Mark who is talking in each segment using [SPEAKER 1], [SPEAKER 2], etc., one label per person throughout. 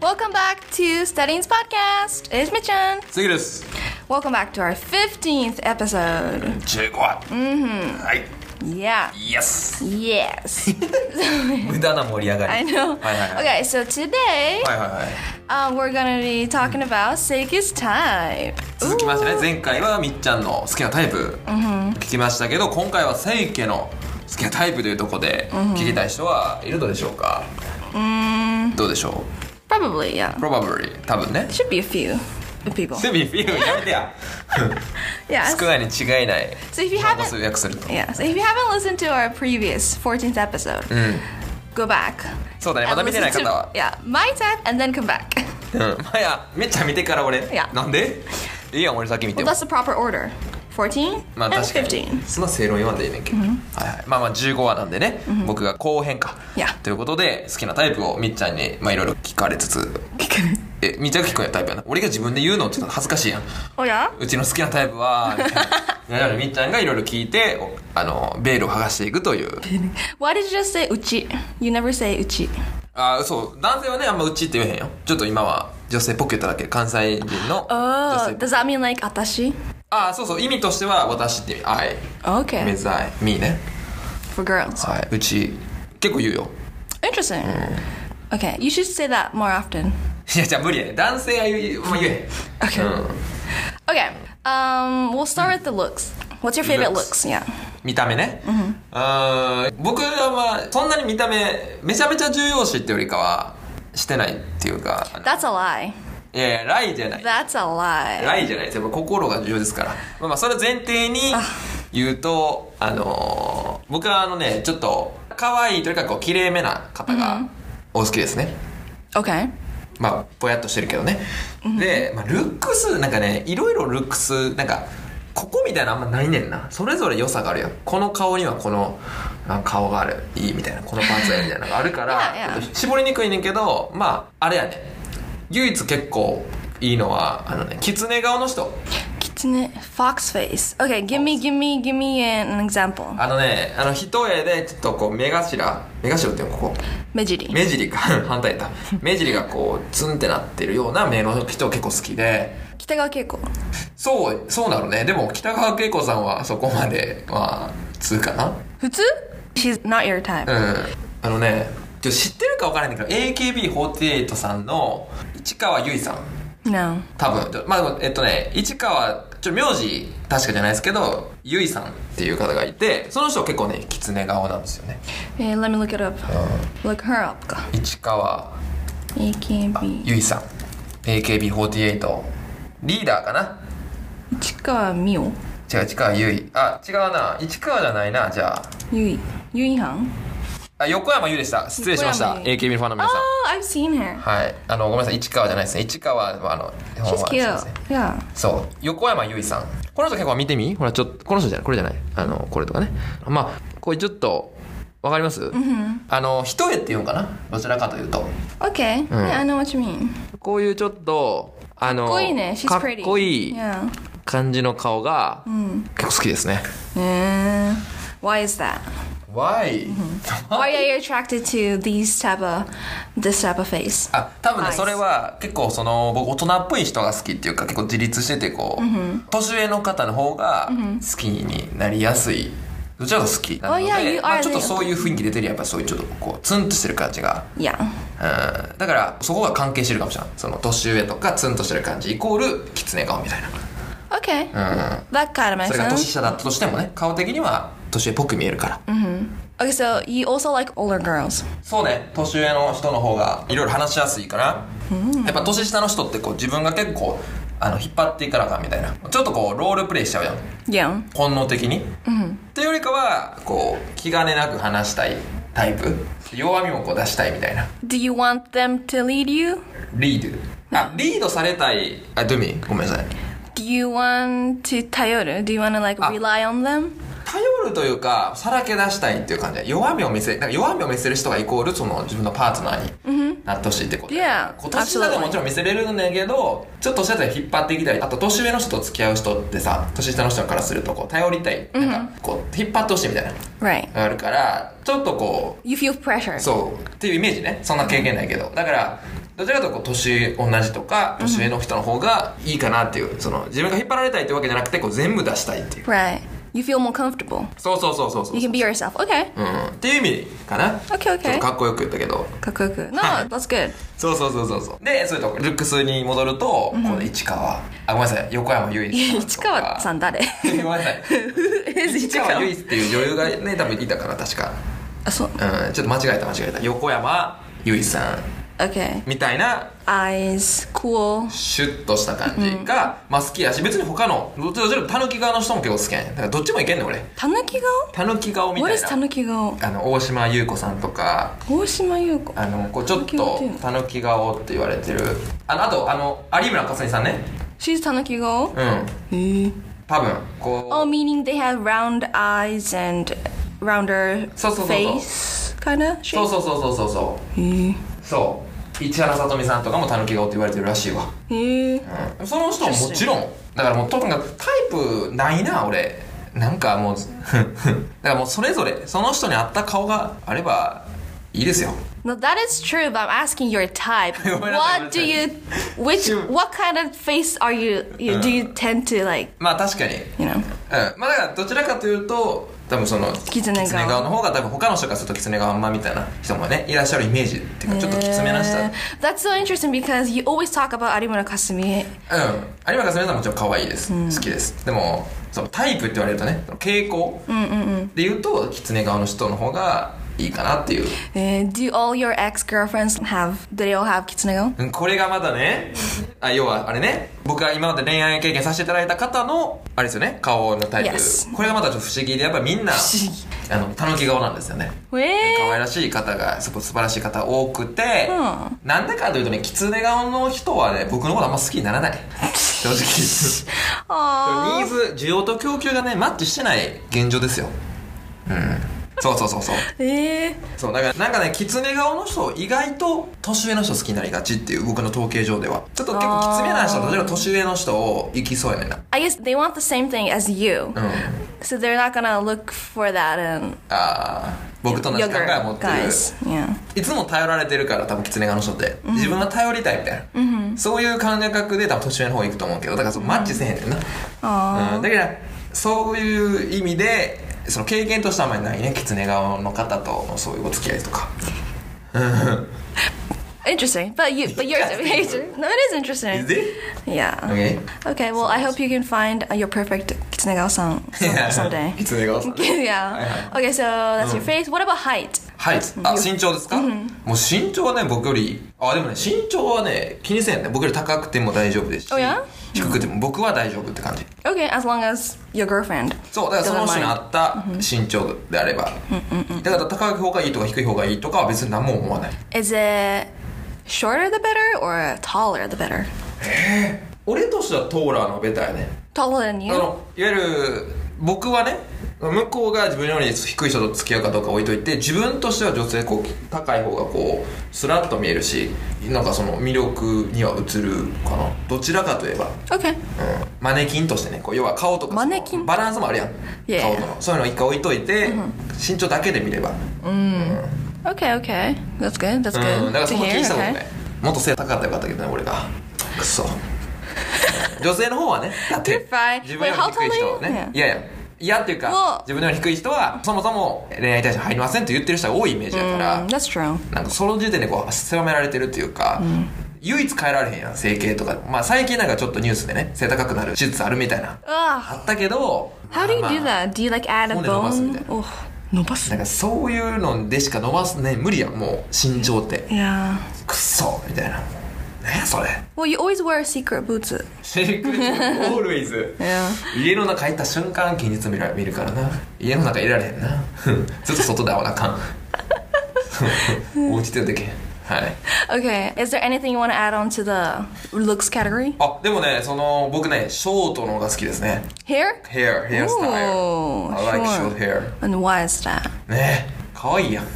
[SPEAKER 1] Welcome back to Studying's podcast. It's Michan.
[SPEAKER 2] 次です
[SPEAKER 1] Welcome back to our 15th episode.
[SPEAKER 2] 15話はい
[SPEAKER 1] Yeah.
[SPEAKER 2] Yes
[SPEAKER 1] Yes.
[SPEAKER 2] 無駄な盛り上 がり
[SPEAKER 1] I know.
[SPEAKER 2] はいはいはい
[SPEAKER 1] Okay, so today
[SPEAKER 2] はいはいはい
[SPEAKER 1] um, we're gonna be talking about Seiki's type.
[SPEAKER 2] 続きましてね前回はみっちゃんの好きなタイプ聞きましたけど今回は清家の好きなタイプというとこで聞きたい人はいるのでしょうかどうでしょ
[SPEAKER 1] Probably, yeah.
[SPEAKER 2] う probably 多分 ね
[SPEAKER 1] Should be a few people.
[SPEAKER 2] セミフィルやめてや
[SPEAKER 1] Yeah.
[SPEAKER 2] 少ないに違いない
[SPEAKER 1] So if you
[SPEAKER 2] まあ
[SPEAKER 1] haven't
[SPEAKER 2] そう訳すると
[SPEAKER 1] Yeah, so if you haven't listened to our previous 14th episode, go back.
[SPEAKER 2] そうだねま
[SPEAKER 1] and
[SPEAKER 2] だ見てない
[SPEAKER 1] listen
[SPEAKER 2] 方
[SPEAKER 1] to,
[SPEAKER 2] は
[SPEAKER 1] yeah, my type and then come back.
[SPEAKER 2] うんまあいやみっちゃん見てから俺
[SPEAKER 1] や
[SPEAKER 2] なんでいいやん俺先見て
[SPEAKER 1] Well,
[SPEAKER 2] も
[SPEAKER 1] that's the proper order. 14
[SPEAKER 2] まあ
[SPEAKER 1] and
[SPEAKER 2] 確かに
[SPEAKER 1] 15.
[SPEAKER 2] その正論言わんでいいねんけど、はいはい、まあまあ15話なんでね、僕が後編か、
[SPEAKER 1] いや
[SPEAKER 2] ということで好きなタイプをみっちゃんにまあいろいろ聞かれつつえみっちゃんが聞くんやタイプやな俺が自分で言うのちょっと恥ずかしいやん
[SPEAKER 1] oh yeah?
[SPEAKER 2] うちの好きなタイプはみたいな いやいやみっちゃんがいろいろ聞いておあのベールを剥がしていくという
[SPEAKER 1] Why did you just say uchi? You never say uchi.
[SPEAKER 2] あそう男性はねあんまうちって言えへんよちょっと今は女性っぽく言っただけ関西人 の女
[SPEAKER 1] Oh,
[SPEAKER 2] 性
[SPEAKER 1] does that mean like atashi?
[SPEAKER 2] あそうそう意味としては私って意味はい
[SPEAKER 1] Okay,
[SPEAKER 2] メザイミーね
[SPEAKER 1] for girls.
[SPEAKER 2] はいうち結構言うよ
[SPEAKER 1] Interesting. Okay, you should say that more often.
[SPEAKER 2] いやじゃあ無理やね男性は言う、まあ、言えへん
[SPEAKER 1] Okay.
[SPEAKER 2] うん
[SPEAKER 1] Okay, um, we'll start with the looks. What's your favorite
[SPEAKER 2] Looks.
[SPEAKER 1] looks? Yeah.
[SPEAKER 2] 見た目ね、うん、僕はまあそんなに見た目めちゃめちゃ重要視ってよりかはしてないっていうか
[SPEAKER 1] That's a lie.
[SPEAKER 2] いやいやライじゃない
[SPEAKER 1] That's a lie.
[SPEAKER 2] ライじゃないですやっぱ心が重要ですからまあまあそれを前提に言うとあのー僕はあのねちょっと可愛いというかこう綺麗めな方がお好きですね、
[SPEAKER 1] Okay.
[SPEAKER 2] まあ、ぼやっとしてるけどね。で、まあ、ルックス、なんかね、いろいろルックス、なんか、ここみたいなのあんまないねんな。それぞれ良さがあるやん。この顔にはこの、あ顔がある。いいみたいな。このパーツがいいみたいなのがあるから、
[SPEAKER 1] いやいや
[SPEAKER 2] ちょっと絞りにくいねんけど、まあ、あれやね。唯一結構いいのは、あのね、狐顔の人。
[SPEAKER 1] Kitsune fox face. Okay, give me, give me, give me an example.
[SPEAKER 2] あのね、あの、一重で、ちょっとこう、目頭、目頭っていうのここ。
[SPEAKER 1] Mejiri.
[SPEAKER 2] 目尻か 反対だ目尻がこうツンってなってるような目の人結構好きで
[SPEAKER 1] Kitagawa Keiko.
[SPEAKER 2] そう、そうなのね。でも、北川景子さんはそこまで、まあ、通かな
[SPEAKER 1] Futsu? She's not your type.
[SPEAKER 2] うん。あのね、ちょっと知ってるかわからないんだけど、AKB48 さんの市川由衣さん。
[SPEAKER 1] No.
[SPEAKER 2] 多分。ちょまあ、でもえっとね、市川、ちょ、名字、確かじゃないですけど、由衣さんっていう方がいて、その人結構ね、狐顔なんですよね。
[SPEAKER 1] Hey, let me look it up. Look her up. か
[SPEAKER 2] 市川
[SPEAKER 1] AKB.
[SPEAKER 2] 由衣さん。AKB48。リーダーかな
[SPEAKER 1] Ichikawa Mio.
[SPEAKER 2] 違う、市川由衣。あ、違うな。市川じゃないな、じゃあ。
[SPEAKER 1] Yui. Yui Han.
[SPEAKER 2] あ横山優でした失礼しました
[SPEAKER 1] 横山
[SPEAKER 2] AKB ファンの皆さん
[SPEAKER 1] Oh, I've seen her.
[SPEAKER 2] はいあのごめんなさい市川じゃないですね市川はあの日本
[SPEAKER 1] She's cute.
[SPEAKER 2] はすいま
[SPEAKER 1] Yeah.
[SPEAKER 2] せんそう横山優衣さんこの人結構見てみほらちょっとこの人じゃないこれじゃないあのこれとかねまあこれちょっとわかります、あの一重っていうのかなどちらかというと
[SPEAKER 1] Okay. Yeah, I know what you mean.
[SPEAKER 2] こういうちょっとあの
[SPEAKER 1] かっこいいね。She's
[SPEAKER 2] かっ
[SPEAKER 1] pretty.
[SPEAKER 2] こいい
[SPEAKER 1] Yeah.
[SPEAKER 2] 感じの顔が結構好きですね、
[SPEAKER 1] Eh, Why is that?
[SPEAKER 2] Why?
[SPEAKER 1] Why are you attracted to these type of this type of face?
[SPEAKER 2] あ多分ね
[SPEAKER 1] はい
[SPEAKER 2] それは結構その僕大人っぽい人が好きっていうか結構自立しててこう、年上の方の方が好きになりやすい、どちらが好きなので、
[SPEAKER 1] Oh, yeah, you
[SPEAKER 2] ま
[SPEAKER 1] are
[SPEAKER 2] あ、ちょっとそういう雰囲気出てるやっぱそういうちょっとこうツンとしてる感じが、
[SPEAKER 1] Yeah.
[SPEAKER 2] うん、だからそこが関係してるかもしれないその年上とかツンとしてる感じイコール狐顔みたいな、
[SPEAKER 1] Okay.
[SPEAKER 2] うん、
[SPEAKER 1] That kind of makes
[SPEAKER 2] それが年
[SPEAKER 1] sense.
[SPEAKER 2] 下だったとしてもね顔的には年上っぽく見えるから、
[SPEAKER 1] Okay, so you also like older girls.
[SPEAKER 2] そうね年上の人の方がいろいろ話しやすいから、やっぱ年下の人ってこう自分が結構あの引っ張っていかなあかんみたいなちょっとこうロールプレイしちゃうやん
[SPEAKER 1] Yeah.
[SPEAKER 2] 本能的に、っていうよりかはこう気兼ねなく話したいタイプ弱みもこう出したいみたいな
[SPEAKER 1] Do you want them to lead you?
[SPEAKER 2] リードあリードされたいあドゥミごめんなさい
[SPEAKER 1] Do you want to tayoru? Do you want to like rely on them?
[SPEAKER 2] 頼るというかさらけ出したいっていう感じで弱みを見せなんか弱みを見せる人がイコールその自分のパートナーになってほしいってこと、
[SPEAKER 1] Yeah,
[SPEAKER 2] こう年下でももちろん見せれるんだけどちょっと年下で引っ張ってきたりあと年上の人と付き合う人ってさ年下の人からするとこう頼りたいなんかこう引っ張ってほしいみたいなの
[SPEAKER 1] Right.
[SPEAKER 2] があるからちょっとこ
[SPEAKER 1] You feel pressure.
[SPEAKER 2] うそうっていうイメージねそんな経験ないけどだからどちらかというとこう年同じとか年上の人の方がいいかなっていう、その自分が引っ張られたいってわけじゃなくてこう全部出したいっていう
[SPEAKER 1] Right. You feel more comfortable.
[SPEAKER 2] そうそうそうそうそう
[SPEAKER 1] You can be yourself. Okay.
[SPEAKER 2] うん、っていう意味かな
[SPEAKER 1] Okay, okay.
[SPEAKER 2] ちょっとかっこよく言ったけど
[SPEAKER 1] Kakuku. No,
[SPEAKER 2] Huh.
[SPEAKER 1] that's good.
[SPEAKER 2] そうそうそうそうそうでそれとルックスに戻ると、この市川あごめんなさい横山由依とか
[SPEAKER 1] 市川さん誰？
[SPEAKER 2] ごめんなさい
[SPEAKER 1] Who is
[SPEAKER 2] 市川由依
[SPEAKER 1] Ichikawa?
[SPEAKER 2] っていう女優がね多分いたから確か、
[SPEAKER 1] あ、そう。
[SPEAKER 2] うん、ちょっと間違えた間違えた横山由依さん
[SPEAKER 1] Okay.
[SPEAKER 2] みたいな
[SPEAKER 1] Eyes. Cool.
[SPEAKER 2] シュッとした感じが、まあ好きやし別に他のどっちもたぬき側の人も結構好きやねんだからどっちもいけんねん俺
[SPEAKER 1] Tanuki-gao?
[SPEAKER 2] たぬき顔み
[SPEAKER 1] What
[SPEAKER 2] た
[SPEAKER 1] is
[SPEAKER 2] いな
[SPEAKER 1] tanuki-gao?
[SPEAKER 2] あの大島優子さんとか
[SPEAKER 1] 大島優子。
[SPEAKER 2] あのこうちょっ
[SPEAKER 1] 狸顔ってい
[SPEAKER 2] と
[SPEAKER 1] うの
[SPEAKER 2] たぬき顔って言われてるあのあとあの有村架純さんね
[SPEAKER 1] She's tanuki-gao?
[SPEAKER 2] うん
[SPEAKER 1] Hmm.
[SPEAKER 2] 多分こ
[SPEAKER 1] Oh, meaning they have round eyes and rounder
[SPEAKER 2] そうそうそうそう。
[SPEAKER 1] face kind of
[SPEAKER 2] うそ
[SPEAKER 1] shape.
[SPEAKER 2] うそうそうそうそうそうそう市原さとみさんとかもたぬき顔って言われてるらしいわ、
[SPEAKER 1] へえ。
[SPEAKER 2] うん、その人ももちろんだからもうとにかくタイプないな俺なんかもう だからもうそれぞれその人に合った顔があればいいですよ
[SPEAKER 1] No, that is true, but I'm asking your type.
[SPEAKER 2] ごめんなさい、
[SPEAKER 1] what
[SPEAKER 2] ごめんなさい。
[SPEAKER 1] do you, which, what kind of face are you, you do you tend to like,
[SPEAKER 2] まあ確かに
[SPEAKER 1] you know?
[SPEAKER 2] うん、まあだからどちらかというと多分その
[SPEAKER 1] 狐顔
[SPEAKER 2] の方が多分他の人からすると狐顔あんまみたいな人もねいらっしゃるイメージっていうかちょっときつめな人、
[SPEAKER 1] Uh, that's so interesting because you always talk about Arimura Kasumi.
[SPEAKER 2] うん有馬かすみさんももちろん可愛いです、好きですでもそのタイプって言われるとねその傾向で言うと狐顔の人の方がいいかなっていう
[SPEAKER 1] Uh, do all your ex girlfriends have, do they all have kitsunego?
[SPEAKER 2] うんこれがまだねあ要はあれね僕が今まで恋愛経験させていただいた方のあれですよね顔のタイプ、
[SPEAKER 1] Yes
[SPEAKER 2] これがまだちょっと不思議でやっぱりみんな
[SPEAKER 1] 議
[SPEAKER 2] あのたぬき顔なんですよね
[SPEAKER 1] Eh,
[SPEAKER 2] 可愛らしい方がすごい素晴らしい方多くて、なんでかというとね狐顔の人はね僕のことあんま好きに ならない正直ニー
[SPEAKER 1] Aww.
[SPEAKER 2] ズ需要と供給がねマッチしてない現状ですようんそうそうそうそう
[SPEAKER 1] Eh.
[SPEAKER 2] そうだからなんかね狐顔の人意外と年上の人好きになりがちっていう僕の統計上ではちょっと結構きつめな人例えば年上の人を行きそうやねんな
[SPEAKER 1] I guess they want the same thing as you.
[SPEAKER 2] うん
[SPEAKER 1] So they're not gonna look for that in
[SPEAKER 2] あー僕と同じ考
[SPEAKER 1] younger
[SPEAKER 2] えを持ってる
[SPEAKER 1] guys. Yeah.
[SPEAKER 2] いつも頼られてるから多分狐顔の人って、自分は頼りたいみたいな、そういう感覚で多分年上の方行くと思うけどだからそのマッチせえへんねんな、うん、だからそういう意味でその経験としてはあんまりないね狐顔の方とのそういうお付き合いとか
[SPEAKER 1] Interesting. But you but yours No, it is interesting.
[SPEAKER 2] Is it?
[SPEAKER 1] Yeah.
[SPEAKER 2] Okay?
[SPEAKER 1] Okay, well, I hope you can find uh, your perfect kitsunegao-san some, someday.
[SPEAKER 2] 狐顔さん
[SPEAKER 1] yeah. Okay, so that's
[SPEAKER 2] Oh.
[SPEAKER 1] your face. What about height?
[SPEAKER 2] はいあ身長ですか、もう身長はね僕よりあでもね身長はね気にせんね僕より高くても大丈夫ですし
[SPEAKER 1] おや
[SPEAKER 2] 低くても僕は大丈夫って感じ
[SPEAKER 1] Okay, as long as your girlfriend.
[SPEAKER 2] そうだからその人
[SPEAKER 1] doesn't
[SPEAKER 2] に合
[SPEAKER 1] mind.
[SPEAKER 2] った身長であれば、だから高い方がいいとか低い方がいいとかは別に何も思わない
[SPEAKER 1] Is it shorter the better or taller the better?
[SPEAKER 2] 俺としてはトーラーのベタやね
[SPEAKER 1] Taller than
[SPEAKER 2] あ
[SPEAKER 1] you?
[SPEAKER 2] のいわゆる僕はね向こうが自分より低い人と付き合うかどうか置いといて自分としては女性こう高い方がこうスラッと見えるしなんかその魅力には映るかなどちらかといえば
[SPEAKER 1] Okay.
[SPEAKER 2] うんマネキンとしてねこう要は顔とか
[SPEAKER 1] マネキン
[SPEAKER 2] バランスもあるやん
[SPEAKER 1] Yeah.
[SPEAKER 2] 顔とのそういうの一回置いといて、身長だけで見れば
[SPEAKER 1] Okay, okay. That's good. That's
[SPEAKER 2] うん、だ
[SPEAKER 1] good
[SPEAKER 2] からそ
[SPEAKER 1] to
[SPEAKER 2] こ気
[SPEAKER 1] hear.
[SPEAKER 2] にしたもん
[SPEAKER 1] Okay.
[SPEAKER 2] ねもっと背高かったらよかったけどね俺が くそ女性の方はねだって
[SPEAKER 1] Goodbye.
[SPEAKER 2] 自分より低い人は
[SPEAKER 1] Wait, how tall are
[SPEAKER 2] ね
[SPEAKER 1] you?
[SPEAKER 2] いやいやいやっていう
[SPEAKER 1] もう
[SPEAKER 2] か自分より低い人はそもそも恋愛対象入りませんって言ってる人が多いイメージだから
[SPEAKER 1] Mm, that's true.
[SPEAKER 2] なんかその時点でこう狭められてるっていうか、唯一変えられへんやん整形とかまあ最近なんかちょっとニュースでね背高くなる手術あるみたいな
[SPEAKER 1] Ugh.
[SPEAKER 2] あったけど
[SPEAKER 1] How do you
[SPEAKER 2] まあ
[SPEAKER 1] do that? Do you like add a
[SPEAKER 2] 骨伸ばすみたい
[SPEAKER 1] bone?
[SPEAKER 2] な
[SPEAKER 1] Oh, no
[SPEAKER 2] なんかそういうのでしか伸ばすね無理やんもう身長って
[SPEAKER 1] Yeah.
[SPEAKER 2] くっそみたいな何やそれ
[SPEAKER 1] Well, you always wear secret boots.
[SPEAKER 2] シェイクルオールイズ
[SPEAKER 1] Yeah.
[SPEAKER 2] 家の中入った瞬間近日見ら見るからな家の中いられへんな ずっと外で会わなあかん 落ちてるだけはい
[SPEAKER 1] Okay. Is there anything you want to add on to the looks category?
[SPEAKER 2] あでもねその僕ねショートの方が好きですね
[SPEAKER 1] Hair?
[SPEAKER 2] Hair, hairstyle
[SPEAKER 1] Ooh,
[SPEAKER 2] I like
[SPEAKER 1] sure.
[SPEAKER 2] short hair
[SPEAKER 1] And why is that?
[SPEAKER 2] ね可愛いやん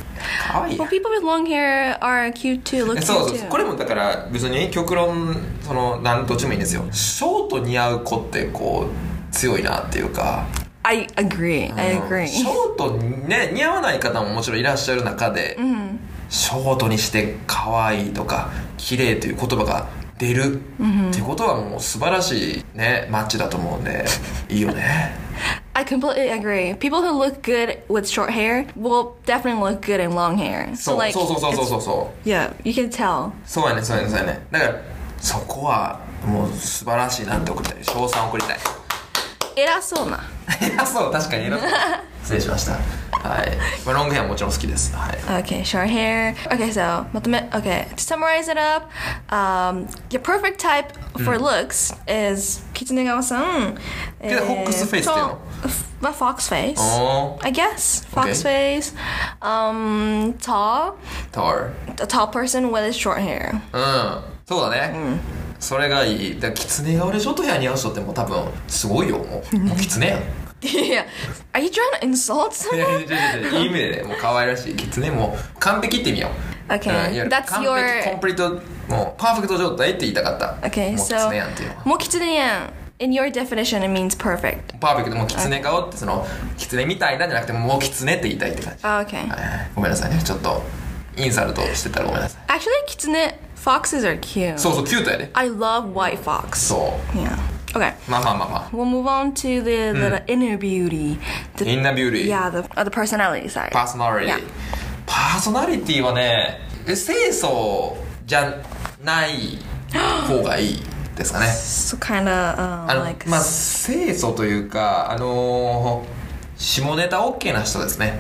[SPEAKER 2] 可愛いや
[SPEAKER 1] Well,
[SPEAKER 2] ん
[SPEAKER 1] people with long hair are cute too. Look
[SPEAKER 2] え
[SPEAKER 1] cute
[SPEAKER 2] そうそう
[SPEAKER 1] too.
[SPEAKER 2] これもだから別に極論そのなんどっちもいいんですよショート似合う子ってこう強いなっていうか
[SPEAKER 1] I agree. I
[SPEAKER 2] シ
[SPEAKER 1] agree.
[SPEAKER 2] ョートにね似合わない方ももちろんいらっしゃる中で、ショートにして可愛いとか綺麗という言葉が出るってことはもう素晴らしいねマッチだと思うんでいいよね
[SPEAKER 1] I completely agree. People who look good with short hair will definitely look good in long hair.
[SPEAKER 2] そうそうそうそうそうそう
[SPEAKER 1] it's-
[SPEAKER 2] そう
[SPEAKER 1] Yeah, you can tell.
[SPEAKER 2] そうやねそうやねそうやねだからそこはもう素晴らしいなって送りたい賞賛送りたい
[SPEAKER 1] 偉そうな。
[SPEAKER 2] 偉そう確かに偉そう失礼しましたはい、まあ、ロングヘアもちろん好きですはい
[SPEAKER 1] Okay, short hair. Okay, so まとめ- okay, to summarize it up, um, your perfect type for looks is 狐川さん。
[SPEAKER 2] けど、fox face Oh. っていうの？
[SPEAKER 1] まあ、fox face.
[SPEAKER 2] お
[SPEAKER 1] I guess fox face. Um, tall,
[SPEAKER 2] タワー
[SPEAKER 1] a tall person with short hair.
[SPEAKER 2] うんそうだね、それがいいだからキツネ顔でショートヘア似合う人ってもう多分すごいよもうもうキツネやん
[SPEAKER 1] yeah. Are you trying to insult
[SPEAKER 2] いや
[SPEAKER 1] someone?
[SPEAKER 2] いやいやいやいやいい意味でねもう可愛らしいキツネもう完璧って意味よ
[SPEAKER 1] Okay.
[SPEAKER 2] うんいわゆる
[SPEAKER 1] That's
[SPEAKER 2] 完
[SPEAKER 1] your-
[SPEAKER 2] 璧コンプリートもうパーフェクト状態って言いたかった
[SPEAKER 1] Okay,
[SPEAKER 2] もう
[SPEAKER 1] so
[SPEAKER 2] キツネやんっていうのは
[SPEAKER 1] もう狐やん in your definition it means perfect.
[SPEAKER 2] パーフェクトもうキツネ顔ってそのキツネみたいなんじゃなくてもうもうキツネって言いたいって感じ、
[SPEAKER 1] Oh, Okay.
[SPEAKER 2] はいはいごめんなさいねちょっとインサルトしてたらごめんなさい
[SPEAKER 1] Actually, kitsune foxes are cute.
[SPEAKER 2] そうそうキュートやで
[SPEAKER 1] I love white fox.
[SPEAKER 2] そ
[SPEAKER 1] Yeah. Okay.
[SPEAKER 2] うまあまあまあま
[SPEAKER 1] We'll move on to the, the inner beauty.
[SPEAKER 2] あ
[SPEAKER 1] The,
[SPEAKER 2] インナービューティ
[SPEAKER 1] yeah,
[SPEAKER 2] ー
[SPEAKER 1] the, uh, the personality side.
[SPEAKER 2] パーソナリティ
[SPEAKER 1] Yeah.
[SPEAKER 2] パーソナリティはねえ清楚じゃない方がいいですかね
[SPEAKER 1] So kind of um,
[SPEAKER 2] あの、
[SPEAKER 1] like
[SPEAKER 2] まあ清楚というかあのー下ネタ OK な人ですね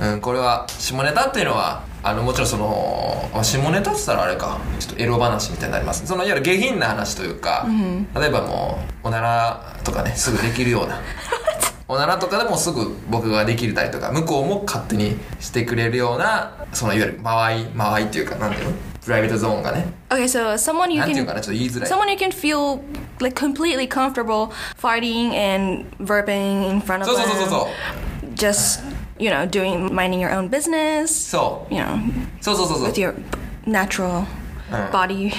[SPEAKER 2] うん、これは下ネタっていうのはあのもちろんそのあ下ネタって言ったらあれかちょっとエロ話みたいになりますそのいわゆる下品な話というか、例えばもうおならとかねすぐできるよ うなおならとかでもすぐ僕ができたりとか向こうも勝手にしてくれるようなそのいわゆる間合い間合いっていうかなんていうのプライベートゾーンがね
[SPEAKER 1] okay, so someone you
[SPEAKER 2] なんていうか
[SPEAKER 1] can
[SPEAKER 2] なちょっと言いづらい
[SPEAKER 1] someone you can feel like completely comfortable fighting and verbing in front of
[SPEAKER 2] そうそうそうそうそう
[SPEAKER 1] them. Just you know, doing minding your own business.
[SPEAKER 2] そう
[SPEAKER 1] You know,
[SPEAKER 2] そうそうそうそう
[SPEAKER 1] with your natural
[SPEAKER 2] Uh.
[SPEAKER 1] body.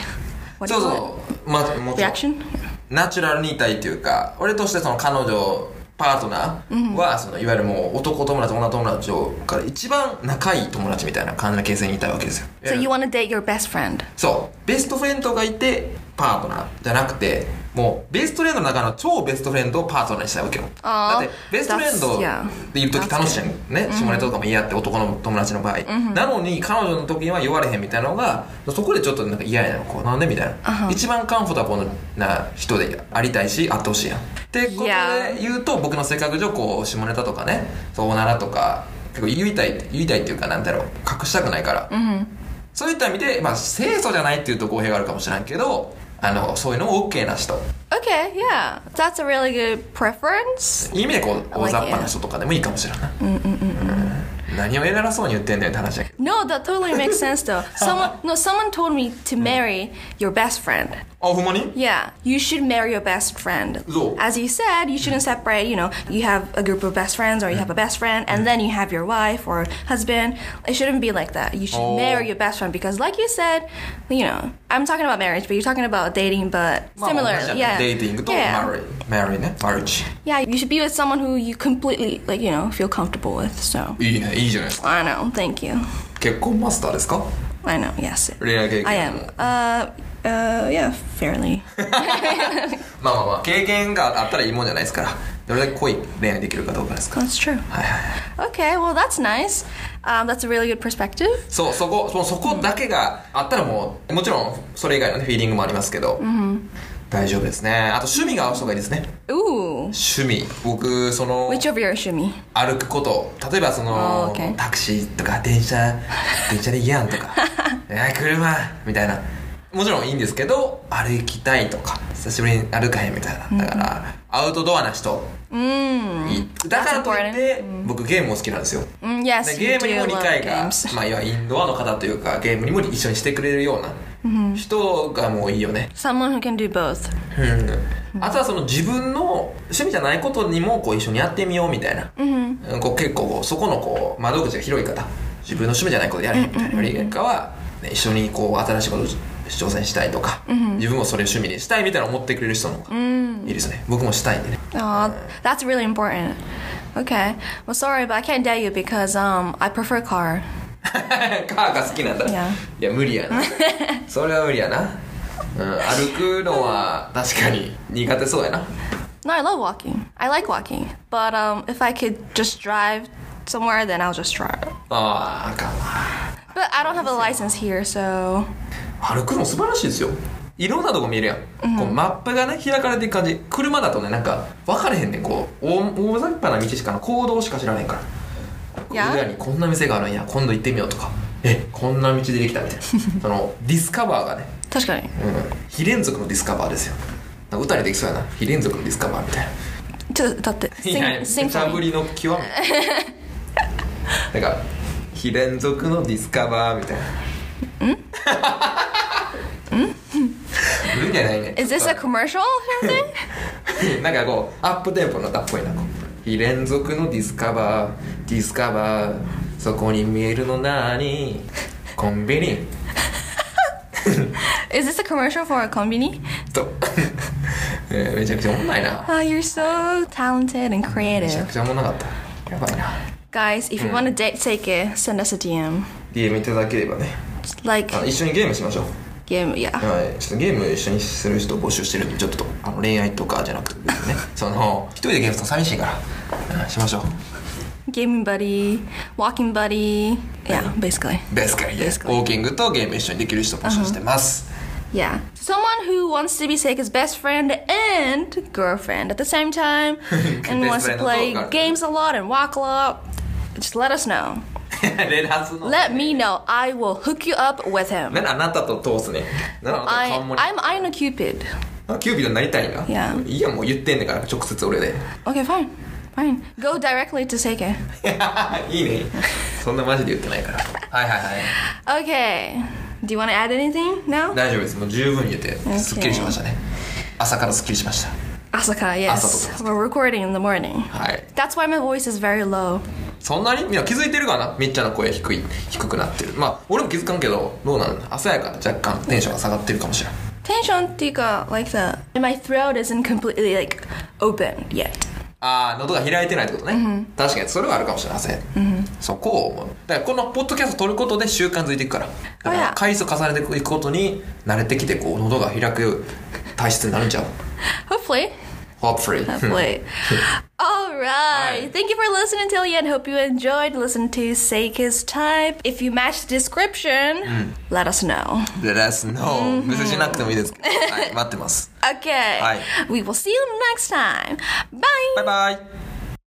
[SPEAKER 1] What do you
[SPEAKER 2] そう
[SPEAKER 1] call it?
[SPEAKER 2] そうまあもちろん
[SPEAKER 1] Reaction.
[SPEAKER 2] ナチュラルにいたいっていうか俺としてその彼女パートナーはそのいわゆるもう男友達女友達から一番仲いい友達みたいな感じの形成にいたいわけですよ
[SPEAKER 1] So you want to date your best friend.
[SPEAKER 2] そうベストフレンドがいてパートナーじゃなくてもうベストフレンドの中の超ベストフレンドをパートナーにしたいわけよだ
[SPEAKER 1] あ
[SPEAKER 2] っ
[SPEAKER 1] ー
[SPEAKER 2] てベストフレン
[SPEAKER 1] that's-
[SPEAKER 2] ド
[SPEAKER 1] yeah.
[SPEAKER 2] でいる時楽しいんね下ネタとかも嫌って男の友達の場合なのに彼女の時には弱れへんみたいなのがそこでちょっとなんか嫌やなこうなんでみたいな一番カンフォタブルな人でありたいしあってほしいやんってことで
[SPEAKER 1] Yeah.
[SPEAKER 2] 言うと僕の性格上こう下ネタとかねそうおならとか結構言いたい言いたいっていうかなんだろう隠したくないから、そういった意味で、まあ、清楚じゃないっていうと語弊があるかもしれんけどあのそういうのも OK な人
[SPEAKER 1] Okay, yeah. That's a really good preference.
[SPEAKER 2] いい意味でこう
[SPEAKER 1] I like
[SPEAKER 2] 大雑把な人とかでもいいかもしれない、うん何を偉そうに言ってんだよって話やけど
[SPEAKER 1] No, that totally makes sense though. Someone no, someone told me to marry your best friend.
[SPEAKER 2] あほんまに
[SPEAKER 1] Yeah, you should marry your best friend.
[SPEAKER 2] So-
[SPEAKER 1] As you said, you shouldn't separate, you know, you have a group of best friends or you have a best friend and then you have your wife or husband. It shouldn't be like that. You should
[SPEAKER 2] Oh.
[SPEAKER 1] marry your best friend because like you said, you know, I'm talking about marriage, but you're talking about dating but
[SPEAKER 2] まあ同
[SPEAKER 1] similar.
[SPEAKER 2] じ
[SPEAKER 1] yeah.
[SPEAKER 2] やねデイティングと
[SPEAKER 1] Yeah.
[SPEAKER 2] マリマリねマリッジ
[SPEAKER 1] Yeah, you should be with someone who you completely like, you know, feel comfortable with. So
[SPEAKER 2] いいねいいじゃないですか
[SPEAKER 1] I know. Thank you.
[SPEAKER 2] 結婚マスターですか
[SPEAKER 1] I know. Yes,
[SPEAKER 2] 恋愛経験
[SPEAKER 1] I am.
[SPEAKER 2] も
[SPEAKER 1] Uh, uh, yeah, fairly.
[SPEAKER 2] まあまあまあ経験があったらいいもんじゃないですからどれだけ濃い恋愛できるかどうかですから
[SPEAKER 1] That's true.
[SPEAKER 2] はいはい
[SPEAKER 1] Okay, well that's nice. Um, that's a really good perspective.
[SPEAKER 2] そうそこそそこだけがあったらもうもちろんそれ以外のねフィーリングもありますけど、大丈夫ですねあと趣味が合う人がいいですね
[SPEAKER 1] Ooh,
[SPEAKER 2] 趣味僕その
[SPEAKER 1] which of your shimmy?
[SPEAKER 2] 歩くこと例えばその、
[SPEAKER 1] Oh, okay.
[SPEAKER 2] タクシーとか電 車電車でいいやんと かいや車みたいなもちろんいいんですけど歩きたいとか久しぶりに歩かへんみたいなだから、アウトドアな人、いいだからといって、僕ゲームも好きなんですよ
[SPEAKER 1] Mm, yes,
[SPEAKER 2] でゲ
[SPEAKER 1] you
[SPEAKER 2] ームに
[SPEAKER 1] do
[SPEAKER 2] も理
[SPEAKER 1] love
[SPEAKER 2] 解が
[SPEAKER 1] games.
[SPEAKER 2] まあいわゆるインドアの方というかゲームにも一緒にしてくれるような人がもういいよね、
[SPEAKER 1] Someone who can do both.
[SPEAKER 2] うんあとはその自分の趣味じゃないことにもこう一緒にやってみようみたいな、うんこう結構こうそこのこう窓口が広い方自分の趣味じゃないことやれへんみたいなよりかは、ね一緒にこう新しいこと挑戦したいとか、自分もそれを趣味にしたいみたいな思ってくれる人の方がいいですね、僕もしたいんでね
[SPEAKER 1] Oh, that's really important. Okay. Well, sorry, but I can't date you because um, I prefer car.
[SPEAKER 2] カーが好きなんだ
[SPEAKER 1] いや
[SPEAKER 2] いや無理 やなそれは無理やな、うん、歩くのは確かに苦手そうやな
[SPEAKER 1] No, I love walking. I like walking. But um, if I could just drive somewhere, then I'll just drive.
[SPEAKER 2] あーあかんわ
[SPEAKER 1] But I don't have a license here, so
[SPEAKER 2] 歩くの素晴らしいですよいろんなとこ見えるやん、こうマップがね開かれていく感じ車だとねなんか分かれへんねんこう大大雑把な道しかな行動しか知らないから
[SPEAKER 1] い
[SPEAKER 2] こ
[SPEAKER 1] や
[SPEAKER 2] 裏にこんな店があるんや今度行ってみようとかえこんな道出てきたみたいなそのディスカバーがね、
[SPEAKER 1] 確かに。
[SPEAKER 2] うん、非連続のディスカバーですよなんか歌にできそうやな非連続のディスカバーみたいな
[SPEAKER 1] ちょっと歌って。
[SPEAKER 2] い
[SPEAKER 1] Sing,
[SPEAKER 2] やいや
[SPEAKER 1] sing
[SPEAKER 2] 無
[SPEAKER 1] for
[SPEAKER 2] 茶ぶ
[SPEAKER 1] me.
[SPEAKER 2] りの極みなんか非連続のディスカバーみたいなん無理じゃないね
[SPEAKER 1] Is this a commercial or something?
[SPEAKER 2] なんかこうアップテンポの歌っぽいなこう非連続のディスカバーディスカバーそこに見えるのなにコンビニ
[SPEAKER 1] Is this a commercial for a company?
[SPEAKER 2] と、えーめちゃくちゃおもんないな
[SPEAKER 1] Oh, you're so talented and
[SPEAKER 2] めちゃ
[SPEAKER 1] creative.
[SPEAKER 2] くちゃおもんなかったやばいな
[SPEAKER 1] Guys, if you want to date Seike, send us a DM.
[SPEAKER 2] DM いただければね
[SPEAKER 1] Like,
[SPEAKER 2] あ一緒にゲームしましょう
[SPEAKER 1] game, yeah.
[SPEAKER 2] はい、ちょっとゲーム一緒にする人を募集してるんでちょっとあの恋愛とかじゃなく てですねその一人でゲームすると寂しいから、うんしましょう
[SPEAKER 1] Gaming buddy, walking buddy. Yeah, basically.
[SPEAKER 2] ベースからイエスウ
[SPEAKER 1] Basically
[SPEAKER 2] ォーキングとゲーム一緒にできる人募集してます、
[SPEAKER 1] Yeah. Someone who wants to be Seike's best friend and girlfriend at the same time and
[SPEAKER 2] Best
[SPEAKER 1] wants to
[SPEAKER 2] friend
[SPEAKER 1] play
[SPEAKER 2] and girlfriend.
[SPEAKER 1] games a lot and walk a lot. Just let us know.
[SPEAKER 2] レナスの
[SPEAKER 1] Let me know. I will hook you up with him.
[SPEAKER 2] ならあなたと通すねならあなた
[SPEAKER 1] I,
[SPEAKER 2] と顔もね
[SPEAKER 1] I'm I know Cupid.
[SPEAKER 2] あキュービドになりたいんだ
[SPEAKER 1] いや
[SPEAKER 2] いやもう言ってんねんから直接俺で
[SPEAKER 1] Okay, fine. Fine. Go directly to Seike.
[SPEAKER 2] いい ねそんなマジで言ってないからはいはいはい
[SPEAKER 1] Okay. Do you want to add anything now?
[SPEAKER 2] 大丈夫ですもう十分言ってすっきりしましたね朝からすっきりしました
[SPEAKER 1] Asaka, yes.
[SPEAKER 2] Asaka.
[SPEAKER 1] We're recording in the morning.
[SPEAKER 2] はい
[SPEAKER 1] That's why my voice is very low.
[SPEAKER 2] そんなにいや気づいてるかなみっちゃんの声低い低くなってるまあ俺も気づかんけどどうなんだ朝やから若干テンションが下がってるかもしれん
[SPEAKER 1] Tension tika like the my throat isn't completely like open yet.
[SPEAKER 2] ああ喉が開いてないってことね、確かにそれはあるかもしれません、そこを思うだからこのポッドキャスト撮ることで習慣づいていくからだか
[SPEAKER 1] あ
[SPEAKER 2] ら
[SPEAKER 1] ら
[SPEAKER 2] 回数重ねていくことに慣れてきてこう喉が開く体質になるんちゃう
[SPEAKER 1] Hopefully.
[SPEAKER 2] Hopefully
[SPEAKER 1] Hopefully. All right.
[SPEAKER 2] Alright.
[SPEAKER 1] Thank you for listening till the end. Hope you enjoyed. Listen to Seika's type. If you match the description, let us know.
[SPEAKER 2] Let us know 別にしなくてもいいですけど、はい、待ってます
[SPEAKER 1] Okay.
[SPEAKER 2] Aye.
[SPEAKER 1] We will see you next time. Bye.
[SPEAKER 2] バイバイ